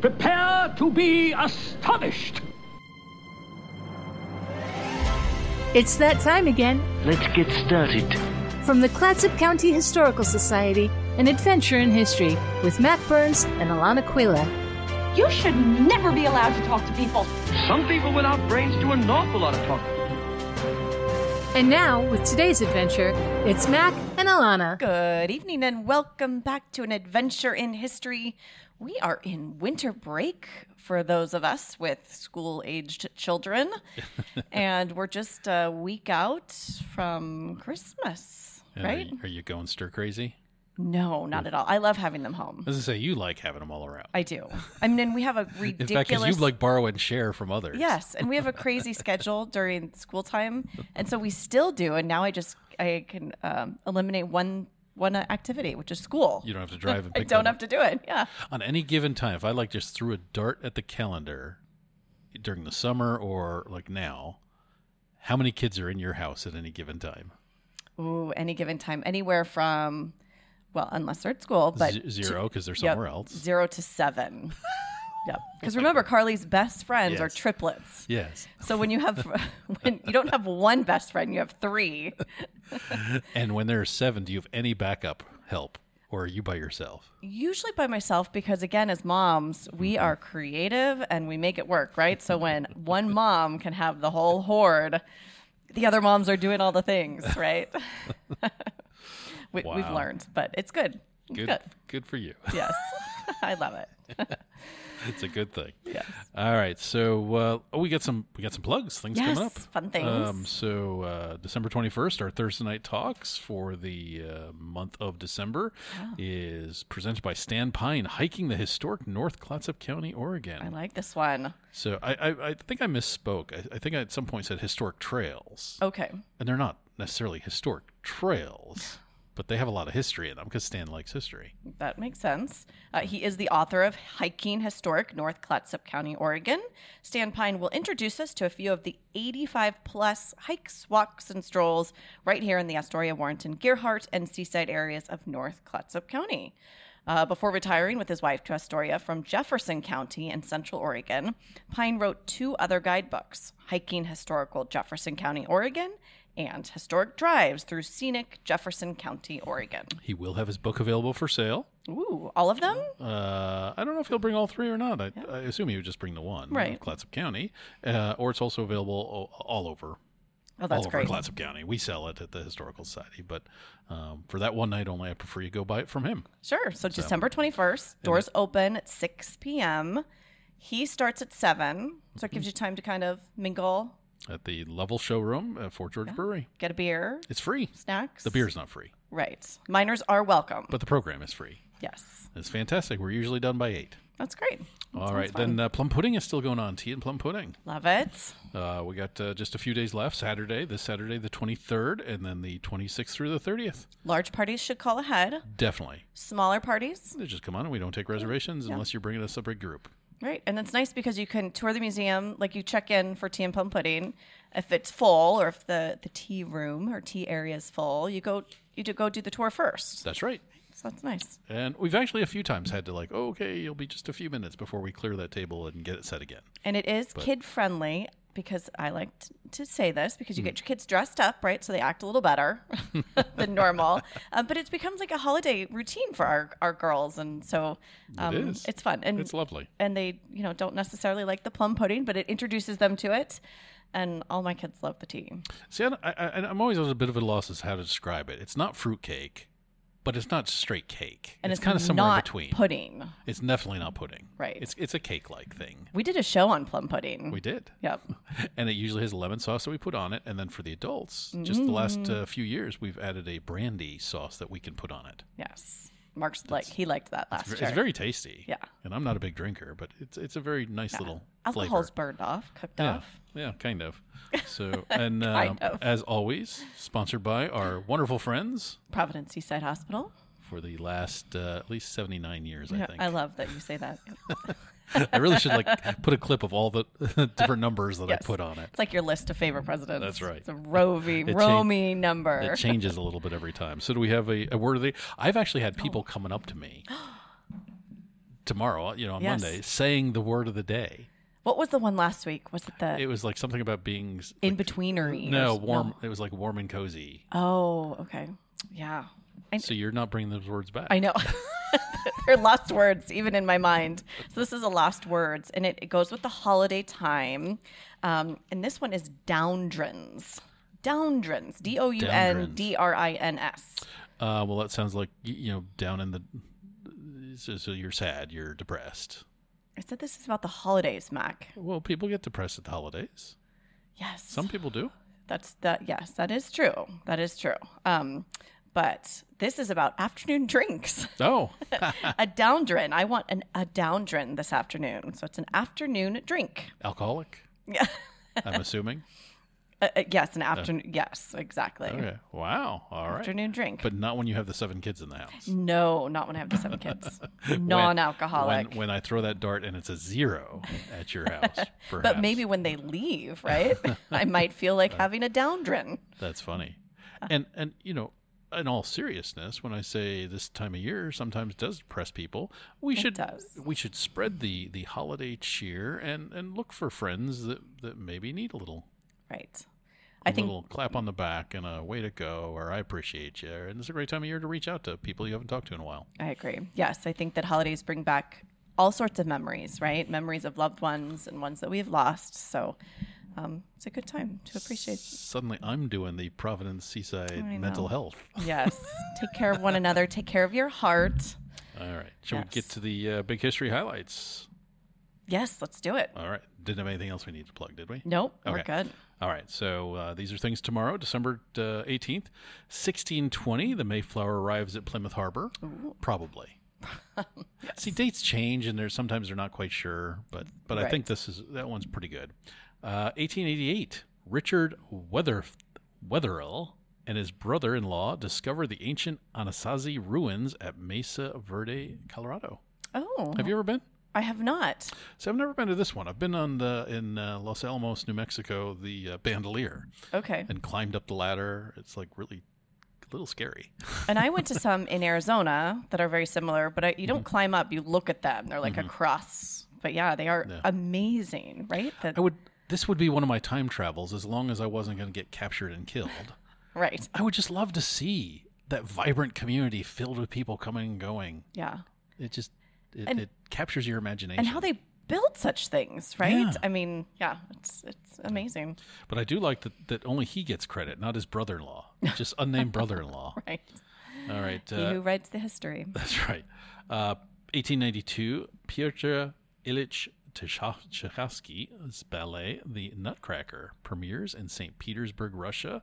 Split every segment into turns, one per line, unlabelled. Prepare to be astonished.
It's that time again.
Let's get started.
From the Clatsop County Historical Society, an adventure in history with Matt Burns and Alana Quila.
You should never be allowed to talk to people.
Some people without brains do an awful lot of talking.
And now, with today's adventure, it's Mac and Alana.
Good evening and welcome back to an adventure in history. We are in winter break for those of us with school aged children, and we're just a week out from Christmas,
And are
right?
you- Are, you going stir crazy?
No, not at all. I love having them home.
As I say, you like having them all around.
I do. I mean, and we have a
In
ridiculous.
fact, because you like borrow and share from others.
Yes, and we have a crazy schedule during school time, and so we still do. And now I just I can um, eliminate one one activity, which is school.
You don't have to drive and
I
pick
don't
them
have
up.
to do it. Yeah,
On any given time, if I like just threw a dart at the calendar during the summer or like now, how many kids are in your house at any given time?
Ooh, any given time, anywhere from, well, unless they're at school, but
Z- zero, because they're
yep,
somewhere else.
Zero to seven. yep. Because remember, Carly's best friends are
Yes.
triplets.
Yes.
So when you have, when you don't have one best friend, you have three.
And when there are seven, do you have any backup help or are you by yourself?
Usually by myself because again, as moms, we
Mm-hmm.
are creative and we make it work, right? So when one mom can have the whole horde, the other moms are doing all the things, right? we, We've
Wow.
learned, but it's good. It's
Good.
good.
Good, for you.
Yes, I love it.
it's a good thing.
Yes.
All right. So, uh, oh, we got some we got some plugs. Things coming up.
Yes, fun things.
Um, so uh, December 21st, our Thursday night talks for the uh, month of December is presented by Stan Pine, hiking the historic North Clatsop County, Oregon.
I like this one.
so I, I, I think I misspoke. I, I think I at some point said historic trails,
Okay.
and they're not necessarily historic trails, but they have a lot of history in them because Stan likes history.
That makes sense. Uh, he is the author of Hiking Historic North Clatsop County, Oregon. Stan Pine will introduce us to a few of the 85 plus hikes, walks, and strolls right here in the Astoria, Warrenton, Gearhart, and Seaside areas of North Clatsop County. Uh, before retiring with his wife to Astoria from Jefferson County in Central Oregon, Pine wrote two other guidebooks Hiking Historical Jefferson County, Oregon, and Historic Drives Through Scenic Jefferson County, Oregon.
He will have his book available for sale.
Ooh, all of them?
Uh, I don't know if he'll bring all three or not. I, I assume he would just bring the one,
Right.
Clatsop County, uh, or it's also available all, all over
Oh, that's
all over
great.
Clatsop County. We sell it at the Historical Society, but um, for that one night only, I prefer you go buy it from him.
Sure. So, December 21st, doors open at 6 p.m. He starts at 7. So, it gives
Mm-hmm.
you time to kind of mingle,
At the Level Showroom at Fort George Brewery.
get a beer,
It's free.
snacks.
The beer's not free,
Right. Minors are welcome.
but the program is free.
yes.
It's fantastic. We're usually done by 8.
That's great.
All right, then uh, Plum Pudding is still going on. Tea and Plum Pudding.
Love it.
Uh, we got uh, just a few days left. Saturday, this Saturday, the 23rd, and then the 26th through the 30th.
Large parties should call ahead.
Definitely.
Smaller parties.
They just come on and we don't take reservations unless you're bringing a separate group.
Right. And it's nice because you can tour the museum, like you check in for tea and plum pudding. If it's full or if the, the tea room or tea area is full, you go you do go do the tour first.
That's right.
So that's nice.
And we've actually a few times had to like, oh, okay, you'll be just a few minutes before we clear that table and get it set again.
And it is kid friendly because I like t- to say this because
Hmm.
you get your kids dressed up, right? So they act a little better than normal. um, but it becomes like a holiday routine for our, our girls. And so um,
is.
it's fun. And
It's lovely.
And they, you know, don't necessarily like the plum pudding, but it introduces them to it. And all my kids love the tea.
See, I, I, I- I'm always at a bit of a loss as to how to describe it. It's not fruitcake, but it's not straight cake.
And
it's, kind of somewhere in
not
between.
pudding.
It's definitely not pudding.
Right.
It's it's a cake like thing.
We did a show on plum pudding.
We did.
Yep.
And it usually has lemon sauce that we put on it. And then for the adults, just the last
Mm.
uh, few years, we've added a brandy sauce that we can put on it.
Yes. Mark's like, he liked that last
It's
year.
very tasty.
Yeah.
And I'm not a big drinker, but it's it's a very nice little flavor.
Alcohol's burned off, cooked
Yeah,
off.
yeah, kind of. So, and um,
Kind of.
as always, sponsored by our wonderful friends
Providence Seaside Hospital.
for the last uh, at least seventy nine years. I
Yeah,
think
I love that you say that.
I really should like put a clip of all the different numbers that
Yes.
I put on it.
It's like your list of favorite presidents.
That's right.
It's a Rovi,
It
Romy number.
It changes a little bit
Oh.
every time. So, do we have a, a worthy? I've actually had people coming up to me tomorrow, you know, on
Yes.
Monday, saying the word of the day.
What was the one last week? Was it the
It was like something about being s-
in betweenery? or
no
s-
warm. It was like warm and cozy.
Oh, okay. Yeah. I,
So you're not bringing those words back.
I know. They're lost words, even in my mind. So this is a lost words, and it, it goes with the holiday time. Um, and this one is doundrins. Doundrins. D O U N D R I N S.
Uh, well, that sounds like y- you know down in the. So, so you're sad. You're depressed.
I said this is about the holidays, Mac.
Well, people get depressed at the holidays.
Yes.
Some people do.
That's that. Yes, that is true. That is true. Um, but this is about afternoon drinks.
Oh,
a downdrin. I want an a downdrin this afternoon. So it's an afternoon drink.
alcoholic.
Yeah.
I'm assuming.
Uh, uh, yes, an afternoon. Yes, exactly.
Okay. Wow. All right.
Afternoon drink.
But not when you have the seven kids in the house.
no, not when I have the seven kids.
When-
Non-alcoholic.
When, when I throw that dart and it's a zero at your house, perhaps.
but maybe when they leave, right? I might feel like having a downdrin.
That's funny. And and you know, in all seriousness, when I say this time of year sometimes does depress people, we should
does.
we should spread the the holiday cheer and and look for friends that that maybe need a little
Right.
a
I think
little clap on the back and a way to go or I appreciate you. And it's a great time of year to reach out to people you haven't talked to in a while.
I agree. Yes, I think that holidays bring back all sorts of memories, right? Memories of loved ones and ones that we've lost. So um, it's a good time to appreciate.
Suddenly I'm doing the Providence Seaside mental health.
Yes. take care of one another. Take care of your heart.
All right. Shall we
Yes.
get to the uh, big history highlights?
Yes, let's do it.
All right. Didn't have anything else we need to plug, did we?
Nope, we're
Okay.
good.
All right, so uh, these are things tomorrow, December uh, eighteenth, sixteen twenty. The Mayflower arrives at Plymouth Harbor, probably. See, dates change, and there's sometimes they're not quite sure, but but I think this is that one's pretty good. Uh, eighteen eighty eight, Richard Weather Wetherill and his brother-in-law discover the ancient Anasazi ruins at Mesa Verde, Colorado.
Oh,
Have you ever been?
I have not.
So I've never been to this one. I've been on the in uh, Los Alamos, New Mexico, the uh, Bandolier
Okay.
and climbed up the ladder. It's like really a little scary.
And I went to some in Arizona that are very similar, but I, you
Mm-hmm.
don't climb up, you look at them. They're like a cross. But yeah, they are amazing, right? That,
I would this would be one of my time travels as long as I wasn't going to get captured and killed.
right.
I would just love to see that vibrant community filled with people coming and going.
Yeah.
It just it,
And-
it captures your imagination.
And how they build such things, right?
Yeah.
I mean, yeah, it's it's amazing.
But I do like that that only he gets credit, not his brother-in-law. Just unnamed brother-in-law.
Right.
All right.
he
uh,
who writes the history.
That's right. Uh, 1892, Piotr Ilyich Tchaikov- Tchaikovsky's ballet, The Nutcracker, premieres in St. Petersburg, Russia.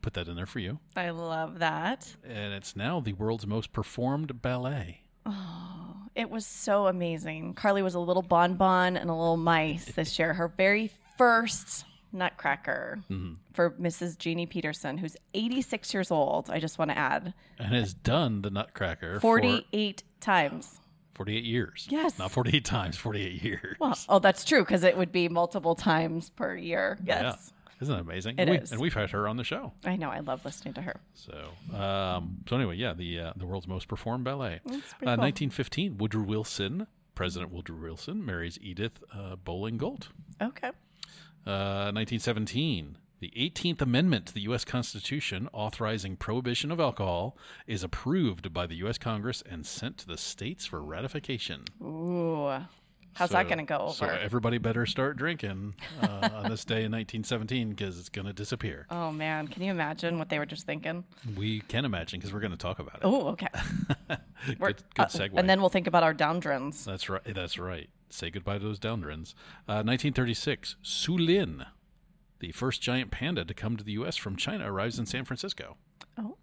Put that in there for you.
I love that.
And it's now the world's most performed ballet.
It was so amazing. Carly was a little bonbon and a little mice this year. Her very first nutcracker
Mm-hmm.
for Mrs. Jeannie Peterson, who's 86 years old. I just want to add
And has done the Nutcracker for
48 times.
48 years.
Yes.
Not 48 times, 48 years.
Well, oh, that's true because it would be multiple times per year. Yes.
Yeah. Isn't that amazing?
It
and, we,
is.
and we've had her on the show.
I know. I love listening to her.
So, um, so anyway, yeah, the uh, the world's most performed ballet.
pretty
uh,
cool.
1915, Woodrow Wilson, President Woodrow Wilson, marries Edith uh, Bowling Gold.
Okay.
Uh, 1917, the 18th Amendment to the U.S. Constitution, authorizing prohibition of alcohol, is approved by the U.S. Congress and sent to the states for ratification.
Ooh. How's that
So-
going to go over?
So everybody better start drinking uh, on this day in 1917 because it's going to disappear.
oh, man. Can you imagine what they were just thinking?
We can imagine because we're going to talk about it.
Oh, okay.
good
We're-
good
uh,
segue.
And then we'll think about our downdrins.
That's right. That's right. Say goodbye to those downrins. Uh, 1936, Su Lin, the first giant panda to come to the U.S. from China, arrives in San Francisco.
Oh.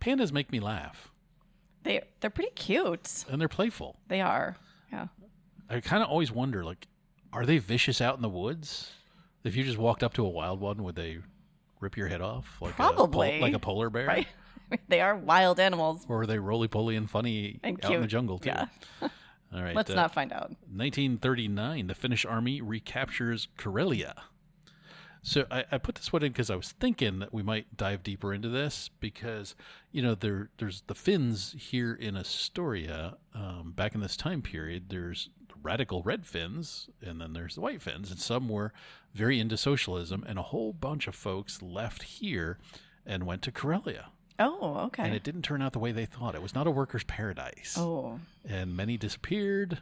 Pandas make me laugh,
They, they're pretty cute.
and they're playful.
They are. Yeah.
I kind of always wonder, like, are they vicious out in the woods? If you just walked up to a wild one, would they rip your head off? Like a
Probably.
pol- like a polar bear,
Right? they are wild animals.
or are they roly poly and funny
And
out in the
cute.
jungle too?
Yeah.
All right.
Let's
uh,
not find out.
1939, the Finnish army recaptures Karelia. So I, I put this one in because I was thinking that we might dive deeper into this because you know there there's the Finns here in Astoria um, back in this time period. There's the radical red Finns and then there's the white Finns, and some were very into socialism, and a whole bunch of folks left here and went to Karelia.
Oh, okay.
And it didn't turn out the way they thought. It was not a workers' paradise,
oh,
and many disappeared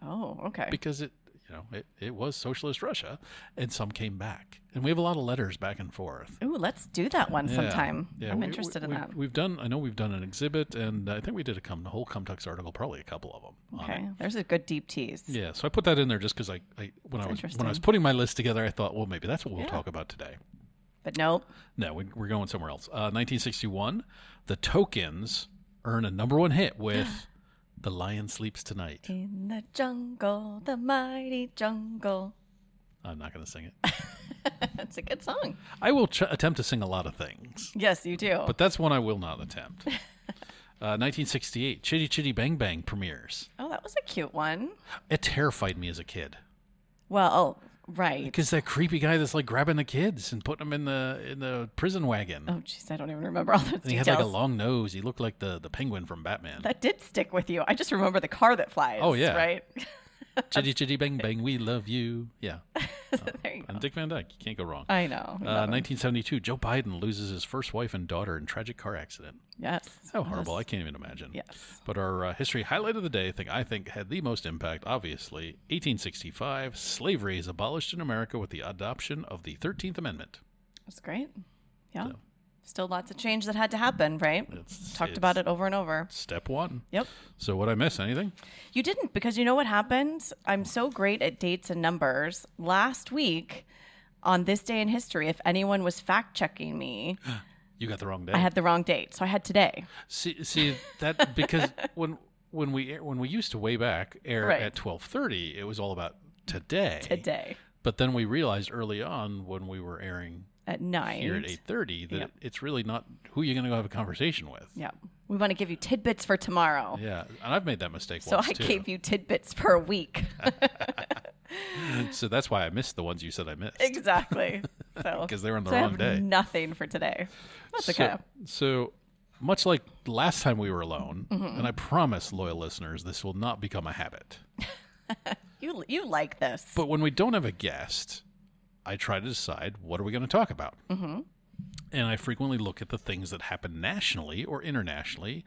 oh, okay.
because it you know it, it was socialist russia and some came back and we have a lot of letters back and forth
Ooh, let's do that one
Yeah.
sometime.
Yeah,
I'm
we-
interested in
we-
that.
we've done i know we've done an exhibit and i think we did a come the whole Comtux article probably a couple of them on it.
okay, there's a good deep tease.
yeah so i put that in there just because I, I when i was when i was
interesting.
putting my list together i thought well maybe that's what we'll
Yeah.
talk about today
But nope.
no we, we're going somewhere else uh, 1961 the tokens earn a number one hit with the lion sleeps tonight
In the jungle, the mighty jungle.
i'm not going to sing it
That's a good song.
i will ch- attempt to sing a lot of things
Yes, you do.
But that's one I will not attempt. Uh, 1968, Chitty Chitty Bang Bang premieres.
oh, that was a cute one.
It terrified me as a kid
Well, oh, right.
because that creepy guy that's like grabbing the kids and putting them in the in the prison wagon.
Oh, jeez, I don't even remember all those
and he
details.
had like a long nose. He looked like the the penguin from Batman.
that did stick with you. I just remember the car that flies.
Oh, yeah.
right.
Chitty Chitty Bang Bang, we love you. Yeah,
there you go.
and Dick Van Dyke. You can't go wrong.
I know. I
Uh,
love it.
1972, Joe Biden loses his first wife and daughter in tragic car accident.
yes.
How horrible! I can't even imagine.
Yes.
But our uh, history highlight of the day, thing I think had the most impact, obviously, 1865. Slavery is abolished in America with the adoption of the 13th Amendment.
That's great. Yeah. Still lots of change that had to happen, right?
It's-
Talked
it's
about it over and over.
Step one.
Yep.
So what I miss? Anything?
You didn't because you know what happened? I'm so great at dates and numbers. Last week on this day in history, if anyone was fact checking me,
You got the wrong day.
I had the wrong date. So I had today.
see, see that because when when we when we used to way back air
Right.
at 12:30, it was all about today.
Today
But then we realized early on when we were airing
at nine.
here at 8:30 that
Yep.
it, it's really not who you're going to go have a conversation with.
Yeah. We want to give you tidbits for tomorrow.
Yeah, and I've made that mistake
So
once
I
too.
gave you tidbits per week.
So that's why I missed the ones you said I missed.
exactly. So
'Cause they were on the
so I
wrong
have
day.
Nothing for today. That's okay.
So, so much like last time we were alone,
Mm-hmm.
and I promise loyal listeners this will not become a habit.
You you like this.
But when we don't have a guest, I try to decide what are we going to talk about. Mm-hmm. And I frequently look at the things that happen nationally or internationally.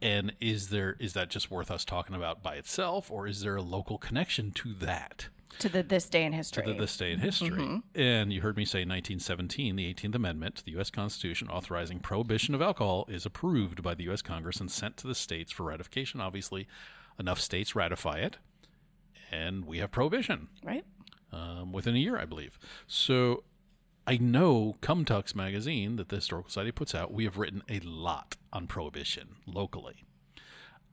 And is there is that just worth us talking about by itself, or is there a local connection to that?
to the this day in history.
to this day in history. And you heard me say 1917, the 18th Amendment to the U.S. Constitution authorizing prohibition of alcohol is approved by the U.S. Congress and sent to the states for ratification. Obviously, enough states ratify it, and we have prohibition
right?
um, within a year, I believe. So I know Cumtux magazine that the Historical Society puts out, we have written a lot on prohibition locally.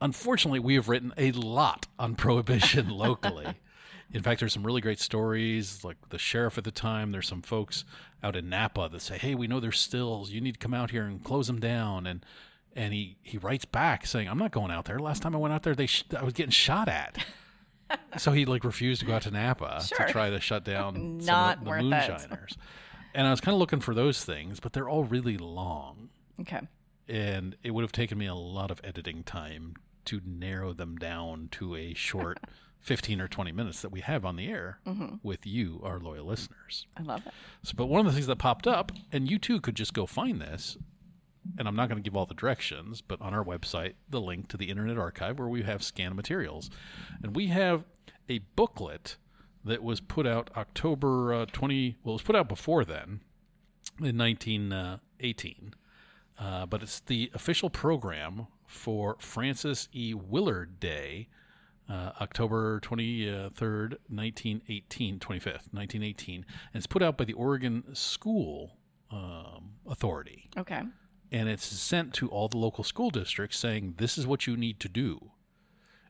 Unfortunately, we have written a lot on prohibition locally. In fact, there's some really great stories, like the sheriff at the time. There's some folks out in Napa that say, "Hey, we know there's stills. You need to come out here and close them down." And and he he writes back saying, "I'm not going out there. Last time I went out there, they sh- I was getting shot at." so he like refused to go out to Napa
Sure.
to try to shut down
Not
some of the-
worth
the
it.
moonshiners. And I was kind of looking for those things, but they're all really long,
Okay.
and it would have taken me a lot of editing time to narrow them down to a short 15 or 20 minutes that we have on the air with you, our loyal listeners.
I love it.
So, but one of the things that popped up, and you too could just go find this, and I'm not going to give all the directions, but on our website, the link to the Internet Archive where we have scan materials. And we have a booklet that was put out October uh, 20, well, it was put out before then in 1918. Uh, but it's the official program for Francis E. Willard Day, uh, October 23rd, 1918, 25th, 1918. And it's put out by the Oregon School um, Authority.
Okay.
And it's sent to all the local school districts saying, this is what you need to do.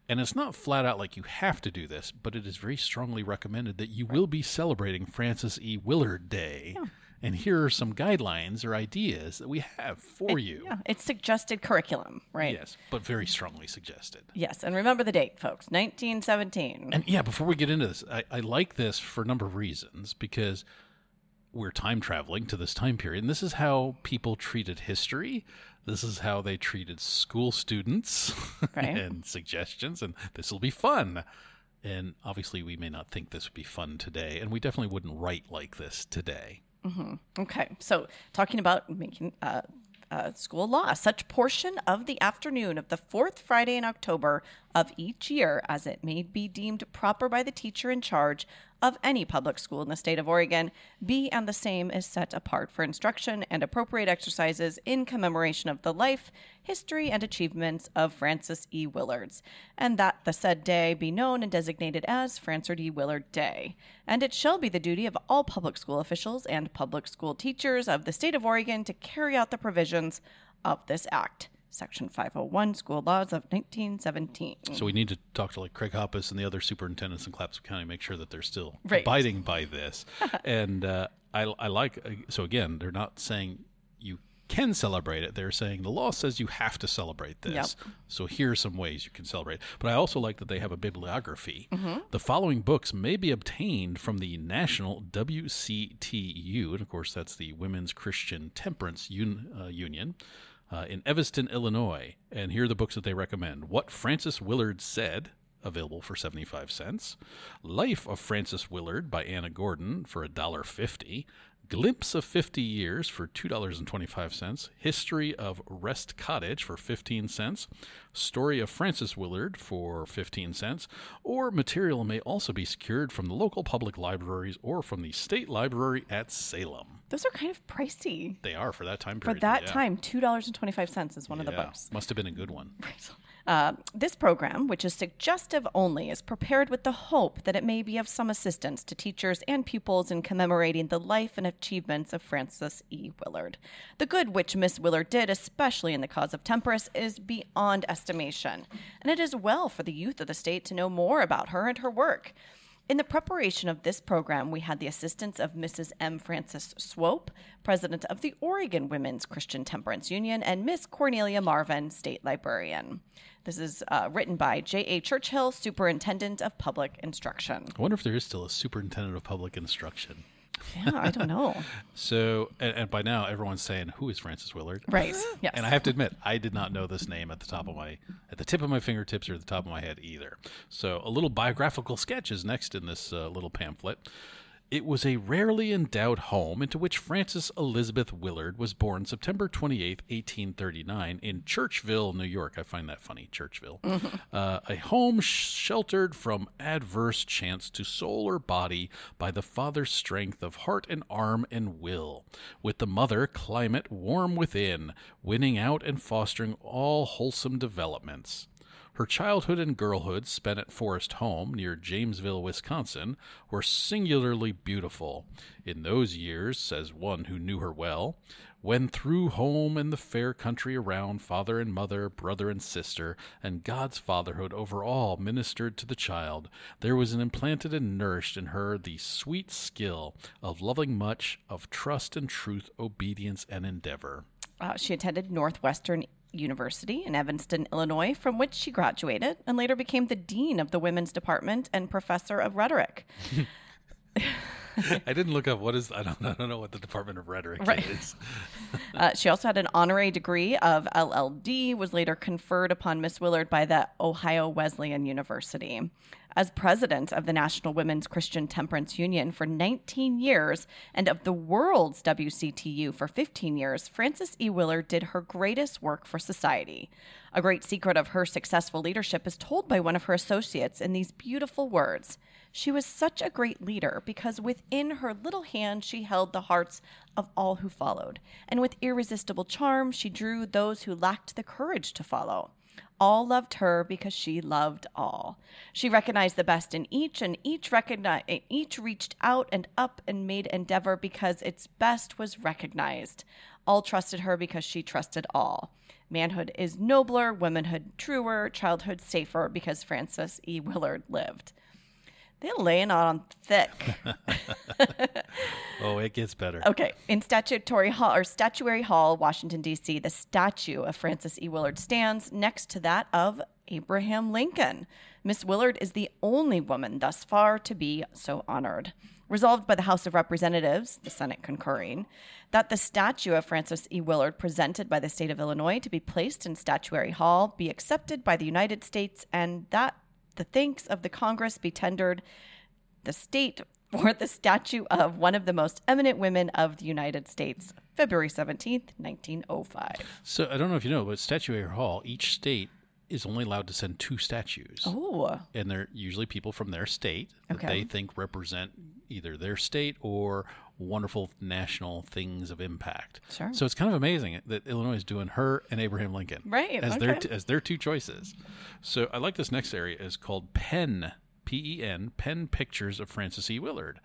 And it's not flat out like you have to do this, but it is very strongly recommended that you will be celebrating Francis E. Willard Day. And here are some guidelines or ideas that we have for you.
Yeah, it's suggested curriculum, right?
Yes, but very strongly suggested.
Yes, and remember the date, folks. 1917.
And yeah, before we get into this, I, I like this for a number of reasons because we're time traveling to this time period. And this is how people treated history. This is how they treated school students
Right.
and suggestions. And this will be fun. And obviously, we may not think this would be fun today. And we definitely wouldn't write like this today.
Okay, so talking about making uh, uh, school law, such portion of the afternoon of the fourth Friday in October of each year as it may be deemed proper by the teacher in charge of any public school in the state of Oregon be and the same is set apart for instruction and appropriate exercises in commemoration of the life, history, and achievements of Francis E. Willards, and that the said day be known and designated as Francis E. Willard Day. And it shall be the duty of all public school officials and public school teachers of the state of Oregon to carry out the provisions of this act. Section 501, School Laws of 1917.
So we need to talk to like Craig Hoppus and the other superintendents in Clatsop County, make sure that they're still
Right.
abiding by this. and uh, I, I like so again, they're not saying you can celebrate it. They're saying the law says you have to celebrate this. So here are some ways you can celebrate. But I also like that they have a bibliography. The following books may be obtained from the National WCTU, and of course that's the Women's Christian Temperance Un- uh, Union uh, in Evanston, Illinois. And here are the books that they recommend What Francis Willard Said, available for 75 cents. Life of Francis Willard by Anna Gordon for $1.50. Glimpse of 50 Years for $2.25. History of Rest Cottage for 15 cents. Story of Francis Willard for 15 cents. Or material may also be secured from the local public libraries or from the state library at Salem.
Those are kind of pricey.
They are for that time
For
period.
that
yeah.
time, $2.25 is one of the
Yeah.
books.
Must have been a good one.
Uh, this program, which is suggestive only, is prepared with the hope that it may be of some assistance to teachers and pupils in commemorating the life and achievements of Frances E. Willard. The good which Miss Willard did, especially in the cause of temperance, is beyond estimation, and it is well for the youth of the state to know more about her and her work. In the preparation of this program, we had the assistance of Mrs. M. Francis Swope, president of the Oregon Women's Christian Temperance Union, and Miss Cornelia Marvin, state librarian. This is uh, written by J.A. Churchill, superintendent of public instruction.
I wonder if there is still a superintendent of public instruction.
Yeah, I don't know.
So, and, and by now everyone's saying, "Who is Francis Willard?"
Right. Yes.
And I have to admit, I did not know this name at the top of my, at the tip of my fingertips or at the top of my head either. So, a little biographical sketch is next in this uh, little pamphlet. It was a rarely endowed home into which Frances Elizabeth Willard was born September 28, 1839, in Churchville, New York. I find that funny, Churchville. Uh, a home sh- sheltered from adverse chance to soul or body by the father's strength of heart and arm and will, with the mother climate warm within, winning out and fostering all wholesome developments. Her childhood and girlhood spent at Forest Home near Jamesville, Wisconsin, were singularly beautiful. In those years, says one who knew her well, when through home and the fair country around, father and mother, brother and sister, and God's fatherhood over all ministered to the child, there was an implanted and nourished in her the sweet skill of loving much, of trust and truth, obedience and endeavor.
Uh, she attended Northwestern University in Evanston, Illinois, from which she graduated and later became the dean of the women's department and professor of rhetoric.
I didn't look up what is, I don't, I don't know what the Department of Rhetoric
Right.
is.
Uh, she also had an honorary degree of LLD, was later conferred upon Miss Willard by the Ohio Wesleyan University. As president of the National Women's Christian Temperance Union for 19 years and of the world's WCTU for 15 years, Frances E. Willard did her greatest work for society. A great secret of her successful leadership is told by one of her associates in these beautiful words. She was such a great leader because within her little hand she held the hearts of all who followed, and with irresistible charm she drew those who lacked the courage to follow. All loved her because she loved all. She recognized the best in each, and each recognized, each reached out and up and made endeavor because its best was recognized. All trusted her because she trusted all. Manhood is nobler, womanhood truer, childhood safer because Frances E. Willard lived. They're laying on thick.
Oh, it gets better.
Okay, in Statutory Hall or Statuary Hall, Washington D.C., the statue of Francis E. Willard stands next to that of Abraham Lincoln, Miss Willard is the only woman thus far to be so honored. Resolved by the House of Representatives, the Senate concurring, that the statue of Francis E. Willard presented by the state of Illinois to be placed in Statuary Hall be accepted by the United States and that the thanks of the Congress be tendered the state for the statue of one of the most eminent women of the United States, February oh 17th, 1905.
So I don't know if you know, but Statuary Hall, each state is only allowed to send two statues.
Ooh.
And they're usually people from their state that
Oh. Okay.
they think represent either their state or wonderful national things of impact.
Sure.
So it's kind of amazing that Illinois is doing her and Abraham Lincoln
Right,
as their
okay.
as their two choices. So I like this next area is called Penn. P E N Penn Pictures of Francis E. Willard,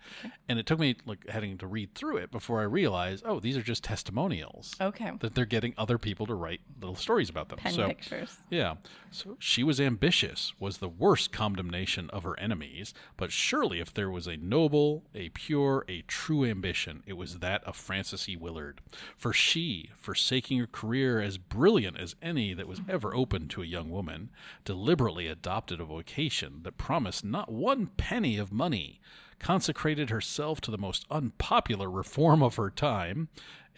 and it took me like having to read through it before I realized, oh, these are just testimonials
Okay.
that they're getting other people to write little stories about them.
Pen
so,
pictures.
Yeah. So she was ambitious, was the worst condemnation of her enemies, but surely if there was a noble, a pure, a true ambition, it was that of Frances E. Willard. For she, forsaking a career as brilliant as any that was ever opened to a young woman, deliberately adopted a vocation that promised not one penny of money, consecrated herself to the most unpopular reform of her time,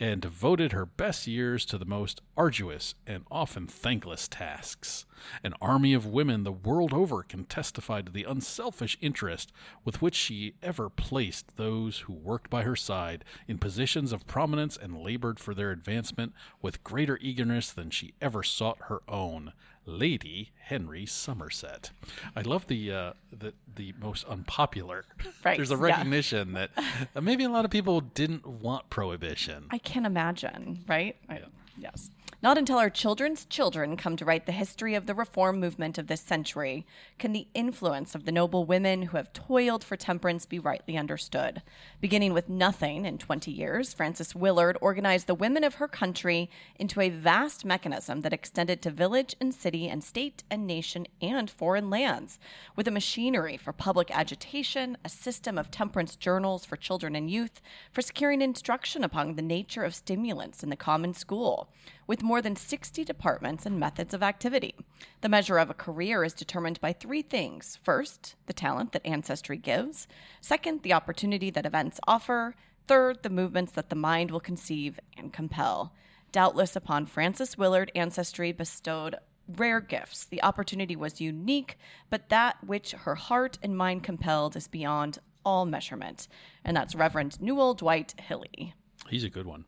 and devoted her best years to the most arduous and often thankless tasks. An army of women the world over can testify to the unselfish interest with which she ever placed those who worked by her side in positions of prominence and labored for their advancement with greater eagerness than she ever sought her own. Lady Henry Somerset. I love the uh, the the most unpopular.
Right,
There's a
yeah.
recognition that uh, maybe a lot of people didn't want prohibition.
I can imagine, right? I- yes. Not until our children's children come to write the history of the reform movement of this century can the influence of the noble women who have toiled for temperance be rightly understood. Beginning with nothing in 20 years, Frances Willard organized the women of her country into a vast mechanism that extended to village and city and state and nation and foreign lands, with a machinery for public agitation, a system of temperance journals for children and youth, for securing instruction upon the nature of stimulants in the common school, with more than 60 departments and methods of activity. The measure of a career is determined by three things first, the talent that ancestry gives, second, the opportunity that events offer, third, the movements that the mind will conceive and compel. Doubtless upon Francis Willard, ancestry bestowed rare gifts. The opportunity was unique, but that which her heart and mind compelled is beyond all measurement. And that's Reverend Newell Dwight Hilly.
He's a good one.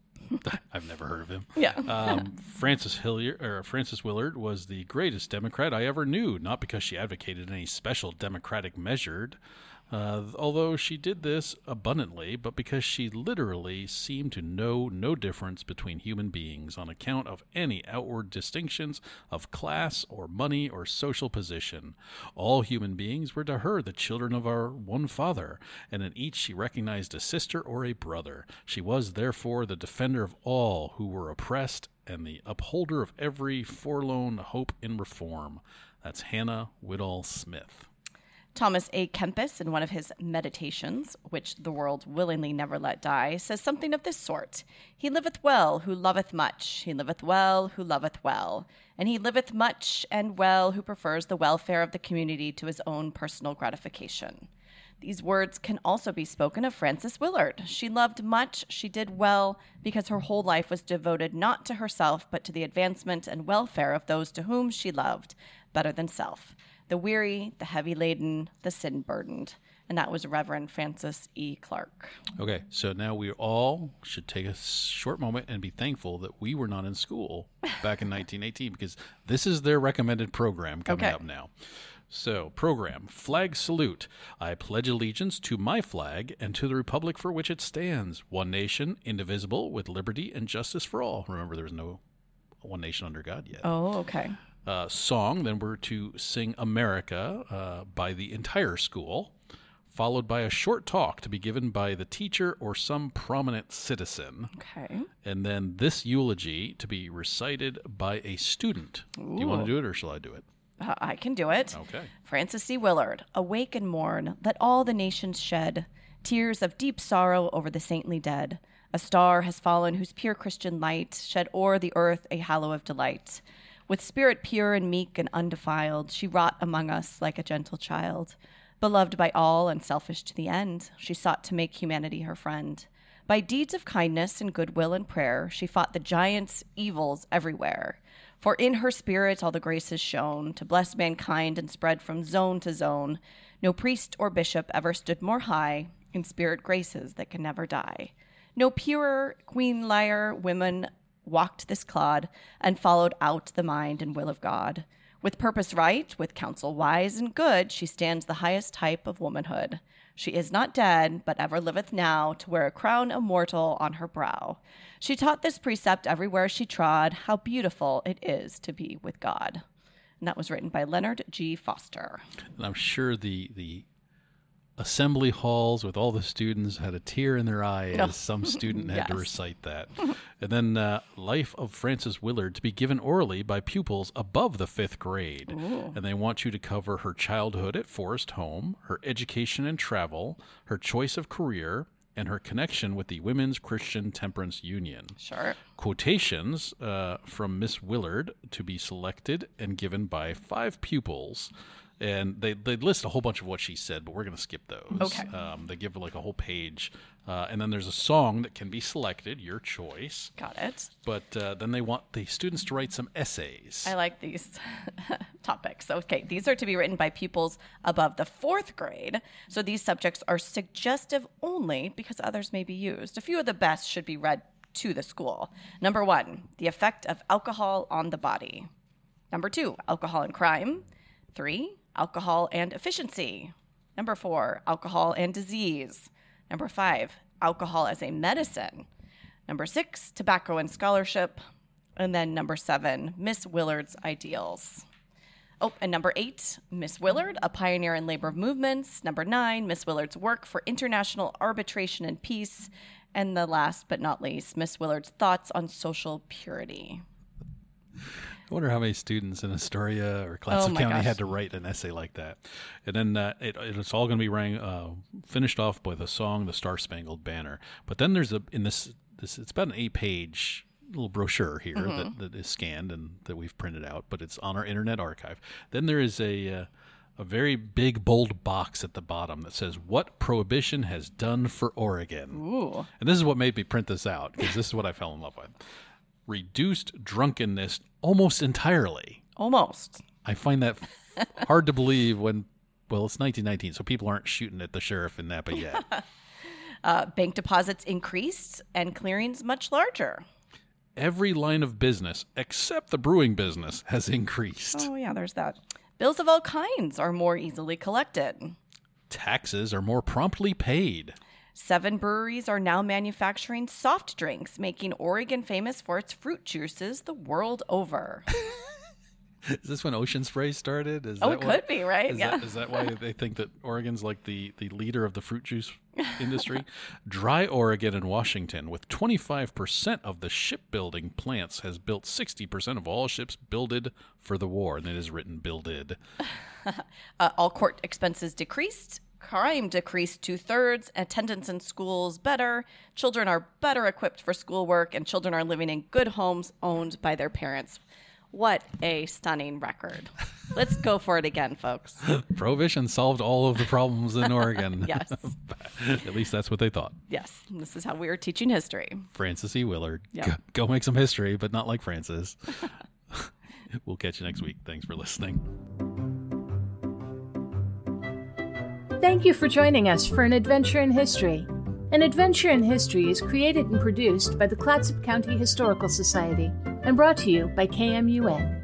I've never heard of him.
Yeah.
Um, Frances Hilliard or Frances Willard was the greatest Democrat I ever knew. Not because she advocated any special democratic measure, uh, although she did this abundantly, but because she literally seemed to know no difference between human beings on account of any outward distinctions of class or money or social position. All human beings were to her the children of our one father, and in each she recognized a sister or a brother. She was therefore the defender of all who were oppressed and the upholder of every forlorn hope in reform. That's Hannah Whittall Smith.
Thomas A. Kempis, in one of his Meditations, which the world willingly never let die, says something of this sort He liveth well who loveth much, he liveth well who loveth well, and he liveth much and well who prefers the welfare of the community to his own personal gratification. These words can also be spoken of Frances Willard. She loved much, she did well, because her whole life was devoted not to herself, but to the advancement and welfare of those to whom she loved better than self the weary, the heavy laden, the sin burdened. And that was Reverend Francis E. Clark.
Okay, so now we all should take a short moment and be thankful that we were not in school back in 1918 because this is their recommended program coming
Okay.
up now. So, program Flag Salute. I pledge allegiance to my flag and to the republic for which it stands, one nation, indivisible, with liberty and justice for all. Remember, there was no one nation under God yet
Oh, okay.
uh, song. Then we're to sing America uh, by the entire school, followed by a short talk to be given by the teacher or some prominent citizen.
Okay.
And then this eulogy to be recited by a student. Do you want to do it or shall I do it?
Uh, I can do it.
Okay.
Francis C. Willard, awake and mourn, let all the nations shed tears of deep sorrow over the saintly dead. A star has fallen whose pure Christian light shed o'er the earth a hallow of delight. With spirit pure and meek and undefiled, she wrought among us like a gentle child. Beloved by all and selfish to the end, she sought to make humanity her friend. By deeds of kindness and goodwill and prayer, she fought the giants' evils everywhere. For in her spirit all the graces shone to bless mankind and spread from zone to zone. No priest or bishop ever stood more high in spirit graces that can never die. No purer queen lyre women walked this clod and followed out the mind and will of God. With purpose right, with counsel wise and good, she stands the highest type of womanhood. She is not dead, but ever liveth now to wear a crown immortal on her brow. She taught this precept everywhere she trod how beautiful it is to be with God. And that was written by Leonard G. Foster.
And I'm sure the the assembly halls with all the students had a tear in their eye as some student had to
Yes.
recite that. and then uh, Life of Frances Willard to be given orally by pupils above the fifth grade. And they want you to cover her childhood at Forest Home, her education and travel, her choice of career, and her connection with the Women's Christian Temperance Union
Sure.
quotations uh, from Miss Willard to be selected and given by five pupils. And they, they list a whole bunch of what she said, but we're going to skip those.
Okay.
Um, they give like a whole page. Uh, and then there's a song that can be selected, your choice.
Got it.
But uh, then they want the students to write some essays.
I like these topics. Okay, these are to be written by pupils above the fourth grade. So these subjects are suggestive only because others may be used. A few of the best should be read to the school. Number one, the effect of alcohol on the body. Number two, alcohol and crime. Three, alcohol and efficiency. Number four, alcohol and disease. Number five, alcohol as a medicine. Number six, tobacco and scholarship. And then number seven, Miss Willard's ideals. Oh, and number eight, Miss Willard, a pioneer in labor movements. Number nine, Miss Willard's work for international arbitration and peace. And the last but not least, Miss Willard's thoughts on social purity.
I wonder how many students in Astoria or Clatsop
Oh my
County
gosh.
had to write an essay like that. And then uh, it, it's all going to be rang, uh, finished off by the song "The Star Spangled Banner." But then there's a in this this it's about an eight page little brochure here
Mm-hmm.
that, that is scanned and that we've printed out, but it's on our internet archive. Then there is a uh, a very big bold box at the bottom that says "What Prohibition Has Done for Oregon." And this is what made me print this out because this is what I fell in love with reduced drunkenness almost entirely.
Almost.
I find that hard to believe when, well, it's 1919, so people aren't shooting at the sheriff in Napa yet.
Uh, bank deposits increased and clearings much larger.
Every line of business, except the brewing business, has increased.
Oh, yeah, there's that. Bills of all kinds are more easily collected.
Taxes are more promptly paid.
Seven breweries are now manufacturing soft drinks, making Oregon famous for its fruit juices the world over.
Is this when Ocean Spray started? Is
Oh,
that
it
why-
could be, right?
Is,
Yeah.
that, is that why they think that Oregon's like the, the leader of the fruit juice industry? Dry Oregon and Washington, with 25% of the shipbuilding plants, has built 60% of all ships builded for the war. And it is written builded.
Uh, all court expenses decreased, crime decreased two thirds, attendance in schools better, children are better equipped for schoolwork, and children are living in good homes owned by their parents. What a stunning record. Let's go for it again, folks.
Prohibition solved all of the problems in Oregon.
Yes.
At least that's what they thought.
Yes, this is how we are teaching history.
Francis E. Willard.
Yeah.
Go, go make some history, but not like Francis. we'll catch you next week. Thanks for listening.
Thank you for joining us for an adventure in history. An adventure in history is created and produced by the Clatsop County Historical Society and brought to you by KMUN.